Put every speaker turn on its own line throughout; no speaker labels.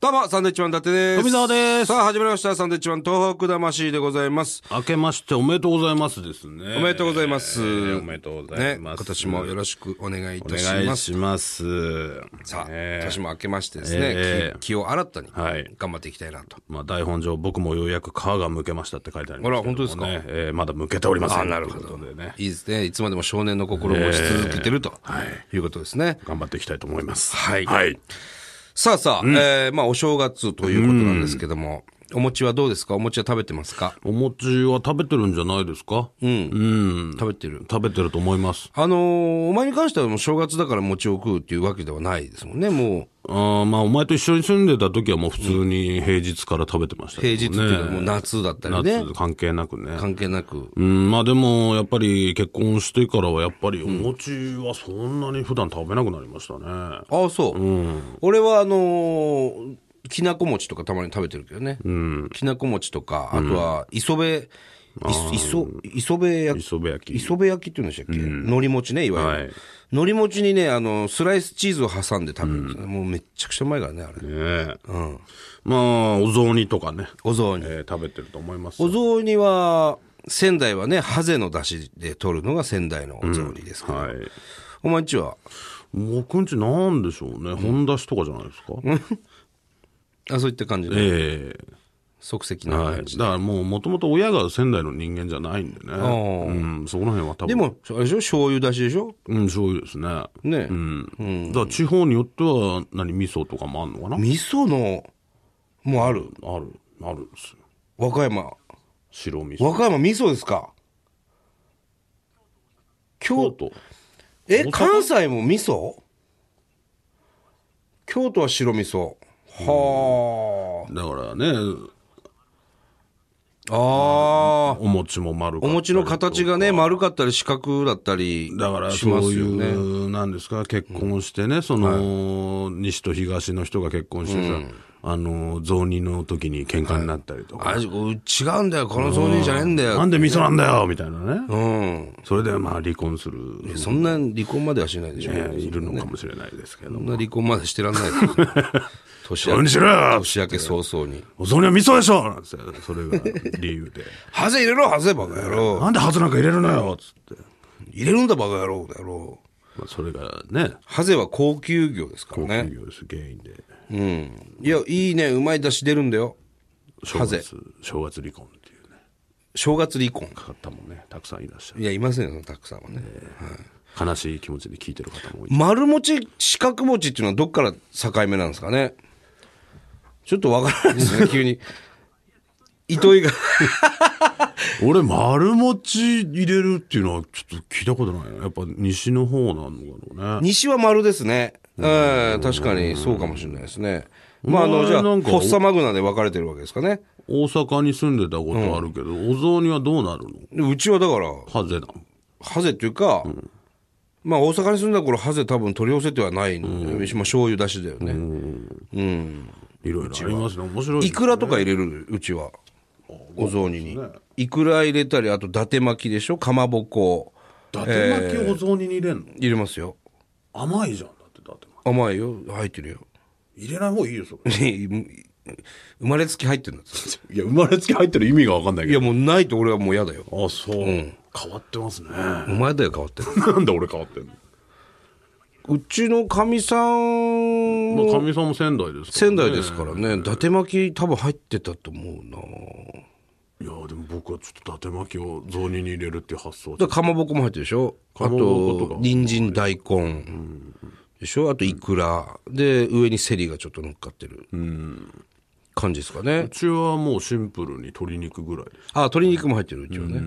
どうも、サンドイッチマン伊達です。
富澤です
さあ、始まりました。サンドイッチマン東北魂でございます。
明けましておめでとうございますですね。
おめでとうございます。
おめでとうござい
ね、
ま
今
す。
年もよろしくお願いい
お
たし
願
ま
い
す。
します。
さあ、
ね
年も明けましてですね、
ええ
気気を新たに
はい
頑張っていきたいなと。
まあ台本上僕もようやく皮が剥けましたって書いてありますけど
あら本
も、ね。
当ですか
えーまだ剥けておりません。
あなるほど
ということでね。
いいですね。いつまでも少年の心を持ち続けてると、い、うことですね。
頑張っていきたいと思います。
はい
はい。
さあさあ、えーまあお正月ということなんですけども、お餅はどうですかお餅は食べてますか
お餅は食べてるんじゃないですかうん。
食べてる。
食べてると思います。
あのーお前に関してはもう正月だから餅を食うっていうわけではないですもんね。も
あーまあお前と一緒に住んでた時はもう普通に平日から食べてました
う、
けど
平
ね。
日っていうかもう夏だったりね。
夏関係なくね。
関係なく。
うん、まあでも、やっぱり結婚してからは、やっぱりお餅はそんなに普段食べなくなりましたね。
ああ、そう。俺はあのーきなこ餅とかたまに食べてるけどね。きなこ餅とか、あとは、磯辺、い磯、磯辺焼き。
磯辺焼き。
磯辺焼きっていうんでしたっけ、海苔餅ね、いわゆ
はい
る。海苔餅にね、あの、スライスチーズを挟んで食べるんですね。もうめっちゃくちゃうまいからね、あれ。
ねえまあ、お雑煮とかね、
お雑煮。
えー食べてると思います。
お雑煮は、仙台はね、ハゼの出汁で取るのが仙台のお雑煮ですけど、
はい。
お前んちは、
僕んちなんでしょうね。本出しとかじゃないですか。
あ、そういった感じで、
え
即席
え
な
は
感
い。
じ。
だからもう、もともと親が仙台の人間じゃないんでね。うん、そこら辺は多分。
で、も、あれでしょ醤油出汁でしょ
うん、醤油ですね。
ね、
うん。だから地方によっては、何、味噌とかもあるのかな
味噌の、もうある。
ある。あるんですよ。
和歌山。
白味噌。
和歌山味噌ですか
京
京都。
都。
え、
大阪
関西も味噌京都は白味噌。は
だからね、
あ。ああ。
お餅も丸か
お
ったり
餅の形がね、丸かったり四角だったり
だから
し
そ
ま
う
す
い
よね。
う、なんですか、結婚してね、その、西と東の人が結婚してさ、あの、雑煮の時に喧嘩になったりとか。
あれ、こう違うんだよ、この雑煮じゃねえんだ
な
よ。
んで味噌なんだよみたいなね。
うん。
それで、まあ、離婚する、
そんな離婚まではしないでしょ。
ねいるのかもしれないですけど
そん。な離婚までしてらん ないですよ年
ど
明
うに
け
しろよ
年明け早々に。
お雑煮は味噌でしょなんつって、それが理由で。
ハゼ入れろ、ハゼバカ野郎。
なんでハズなんか入れるのよつって。
入れるんだ、バカ野郎、だろう。
まあ、それがね、
ハゼは高級魚ですから
企
ね。
業です、原因で。
うん。いや、いいね、うまい出汁出るんだよ。
正
ハゼ
月、正月離婚っていうね、
正月離婚。
方もね、たくさんいらっしゃる。
いや、いませんよ、そのたくさんはね。
悲しい気持ちで聞いてる方も多い。
丸餅、四角餅っていうのはどっから境目なんですかねちょっとわからないですね、急に。糸井が。
俺、丸餅入れるっていうのはちょっと聞いたことないな。やっぱ西の方なのかなね。
西は丸ですね。ええ確かにそうかもしれないですね。まあ、あの、
お前
じゃあ、
な
フ
んか
ォッサマグナで分かれてるわけですかね。
大阪に住んでたことあるけど、お雑煮はどうなるの
でうちはだから、
ハゼだ。
ハゼっていうか、まあ、大阪に住んだ頃、ハゼ多分取り寄せてはないんで、まあ、醤油出しだよね。うん。
いろいろありますね。面白い。
いくらとか入れる、うちは。お雑煮に。いくら入れたり、あと、伊達巻きでしょかまぼこ。
伊達巻きお雑煮に入れんの、
入れますよ。
甘いじゃん。だって伊達巻
甘いよ。入ってるよ。
き。入れない方がいいよ、それ。
生まれつき入ってるんだって。
いや、生まれつき入ってる意味がわかんない
い
け
や、もうないと俺はもう嫌だよ。
ど。あ、そう、変わって ますね。
お前だよ、変わってる。
なんで俺変わってんの
うちのかみさん
まあ、
も、
神さんも仙台ですから、
仙台ですからね、伊達巻き多分入ってたと思うな。
いや、でも僕はちょっと伊達巻きを雑煮に入れるっていう発想はち
だ
ょっ
からかまぼこも入ってるでしょあ
かまぼことと、か
人参、大根。でしょあと、いくら。で、上にセリがちょっと乗っかってる。感じですかね
とう。ちはもうシンプルに鶏肉ぐらいです。
あ、鶏肉も入ってる、うちはね。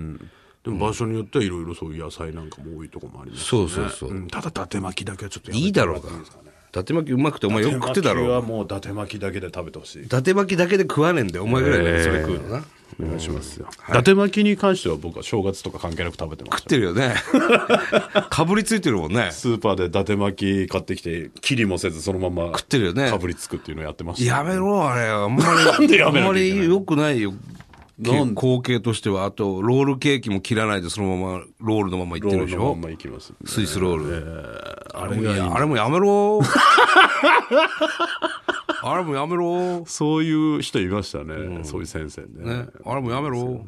でも場所によってはいろいろそういう野菜なんかも多いとこもあります、ね、
そうそうそう
うんただ伊達巻きだけはちょっとやめて
いいだろうが。伊達巻きうまくてお前よく食ってたろ
伊達巻きはもう伊達巻きだけで食べてほしい
伊達巻きだけで食わねえんだよお前ぐらいだよそれ食うのな、
お願いしますよ、伊達巻きに関しては僕は正月とか関係なく食べてまし
食ってるよ ねかぶりついてるもんね
スーパーで伊達巻き買ってきて切りもせずそのまま食
ってるよね
かぶりつくっていうのやってました
やめろあれあんまり
んでや めなきゃいけ
あんま
ない
り良くないよ
なんで
光景としてはあとロールケーキも切らないでそのままロールのままいってるでし
ロールの
ょ
まんまいきます、
スイスロール、
あれ
い
がいい
やあれもやめろあれもやめろ。
そういう人いましたね、そういう先生ね
ね、あれもやめろ。ね。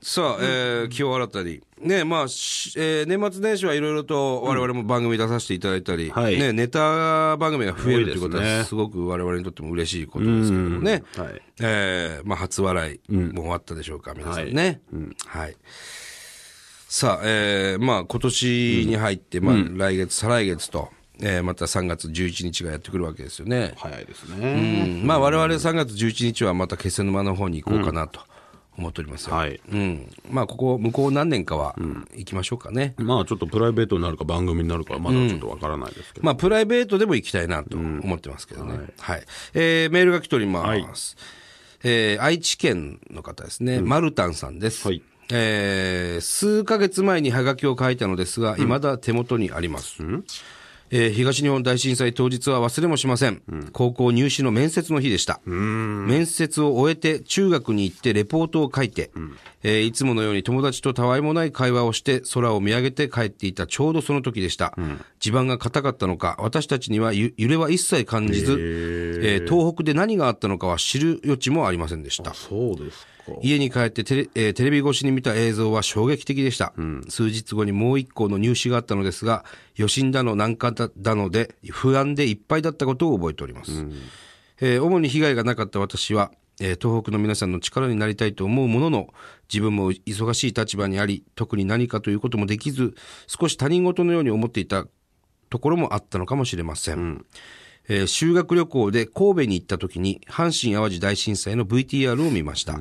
さあ、えー、気を新たに。ね、まあ、しえー年末年始はいろいろと我々も番組出させていただいたり、
はい
ね、ネタ番組が増えるということ
多いです
は、
ね
すごく我々にとっても嬉しいことですけどもね。
はい
えーまあ、初笑いも終わったでしょうか、皆さんね。はい。さあ、えーまあ、今年に入って、まあ、来月、再来月と、えーまた3月11日がやってくるわけですよね。
早いです
う
ね、
ん、まあ我々3月11日はまた気仙沼の方に行こうかなと思っておりますよ。
はい
うん。まあここ、向こう何年かは行きましょうかね。
まあちょっとプライベートになるか番組になるかはまだちょっとわからないですけど、
まあプライベートでも行きたいなと思ってますけどね。はい、えーメールが来ております。えー愛知県の方ですね。マルタンさんです。
はい
えー数ヶ月前にハガキを書いたのですが、未だ手元にあります。えー東日本大震災当日は忘れもしません。高校入試の面接の日でした。面接を終えて中学に行ってレポートを書いて、えーいつものように友達とたわいもない会話をして空を見上げて帰っていたちょうどその時でした。地盤が硬かったのか、私たちにはゆ揺れは一切感じず、えー東北で何があったのかは知る余地もありませんでした。
そうですか
家に帰ってテレ,、えーテレビ越しに見た映像は衝撃的でした、数日後にもう一校の入試があったのですが余震だの難関だだので不安でいっぱいだったことを覚えております、えー主に被害がなかった私は、えー東北の皆さんの力になりたいと思うものの自分も忙しい立場にあり特に何かということもできず少し他人事のように思っていたところもあったのかもしれません、えー修学旅行で神戸に行った時に阪神・淡路大震災の VTR を見ました、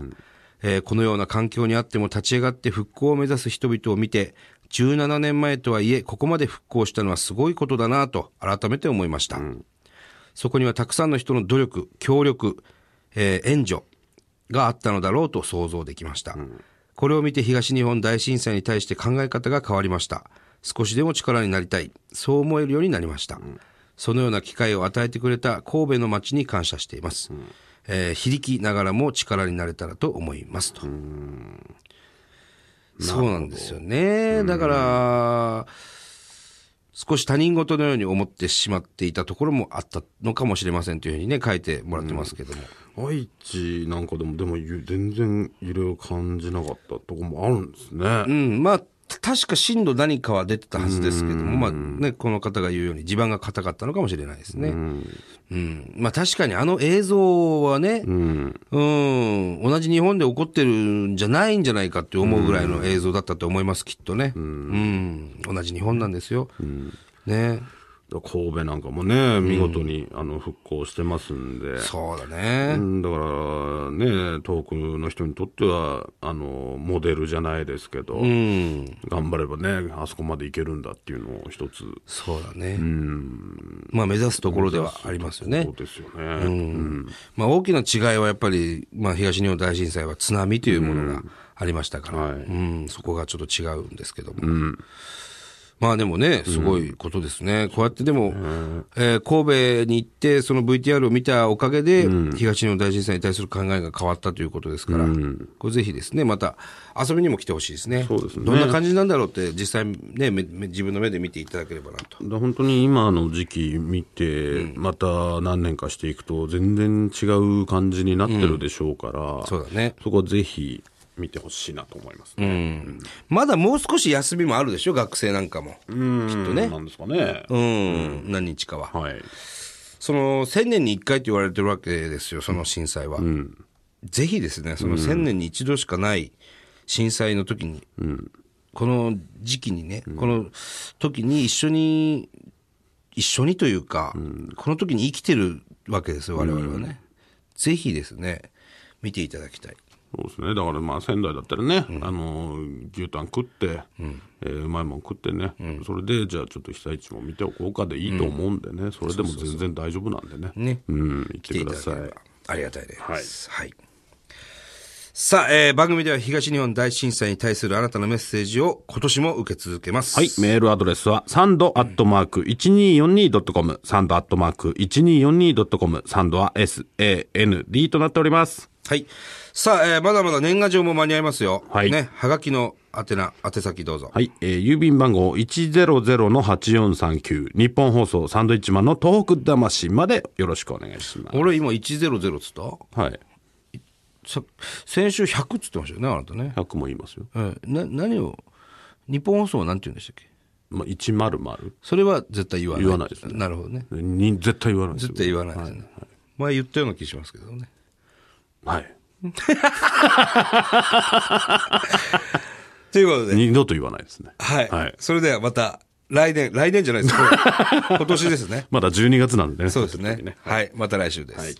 えーこのような環境にあっても立ち上がって復興を目指す人々を見て17年前とはいえここまで復興したのはすごいことだなと改めて思いました、そこにはたくさんの人の努力、協力、えー援助があったのだろうと想像できました。これを見て東日本大震災に対して考え方が変わりました。少しでも力になりたい。そう思えるようになりました。そのような機会を与えてくれた神戸の町に感謝しています。えー非力ながらも力になれたらと思いますと。そうなんですよね。だから、少し他人事のように思ってしまっていたところもあったのかもしれませんというふうにね、書いてもらってますけども。
愛知なんかでもでもゆ全然揺れを感じなかったとこもあるんですね、
うん、まあ、た確か震度何かは出てたはずですけども、まあね、この方が言うように地盤が硬かったのかもしれないですね。うん。まあ確かにあの映像はね、うん、同じ日本で起こってるんじゃないんじゃないかって思うぐらいの映像だったと思います、きっとね。うん。同じ日本なんですよ。ね。
神戸なんかもね見事に、あの復興してますんで
そうだね。
うんだからね東北の人にとってはあのモデルじゃないですけど、
うん。
頑張ればねあそこまでいけるんだっていうのを一つ
そうだね。まあ目指すところではありますよね
そう。ですよね、
まあ大きな違いはやっぱり、まあ東日本大震災は津波というものがありましたから、
はい
うんそこがちょっと違うんですけども。まあでもね、すごいことですね。こうやってでも、えー神戸に行って、その VTR を見たおかげで、東日本大震災に対する考えが変わったということですから、これぜひですね、また遊びにも来てほしいですね。
そうですね
どんな感じなんだろうって、実際ね、めめ自分の目で見ていただければなと。
だ本当に今の時期見て、また何年かしていくと全然違う感じになってるでしょうから、
そうだね。
そこはぜひ見てほしいなと思います、
う
ね
んまだもう少し休みもあるでしょ、学生なんかも。
うん、きっ
とね
なんですかね、
うん、何日かは。
はい
その、1000年に1回って言われてるわけですよ、その震災は。ぜひですね、その1000年に一度しかない震災の時に、この時期にね、この時に一緒に、一緒にというか、この時に生きてるわけですよ、我々はね。ぜひですね、見ていただきたい。
そうですねだからまあ仙台だったらね、あの牛タン食って、えーうまいもん食ってね、それでじゃあちょっと被災地も見ておこうかでいいと思うんでね、それでも全然大丈夫なんでね
ね
うん行っ
来て
て
い
く
た
だ
だけれ
さい
ばありがたいです。はい。さあ、えー番組では東日本大震災に対するあなたのメッセージを今年も受け続けます。
はい。メールアドレスは、サンドアットマーク 1242.com、サンドアットマーク 1242.com、サンドは SAND となっております。
はい。さあ、えーまだまだ年賀状も間に合いますよ。
はい
ね、はがきの宛名、宛先どうぞ。
はい、えー郵便番号100-8439日本放送サンドイッチマンの東北魂までよろしくお願いします。
俺今100っつった
はい、
さ先週100っつってましたよね、あなたね。
100も言いますよ。
えーな、何を、日本放送は何て言うんでしたっけ
まあ、100。
それは絶対言わない。
言わないですね
なるほどね。
に絶対言わないですよ
絶対言わないですね。前言ったような気しますけどね。
はい。
ということで、
二度と言わないですね。
はい。
はい。
それではまた、来年、 来年じゃないです。今年ですね。
まだ12月なんでね。
そうです
撮っ
ね
てる時。
はい。また来週です。
はい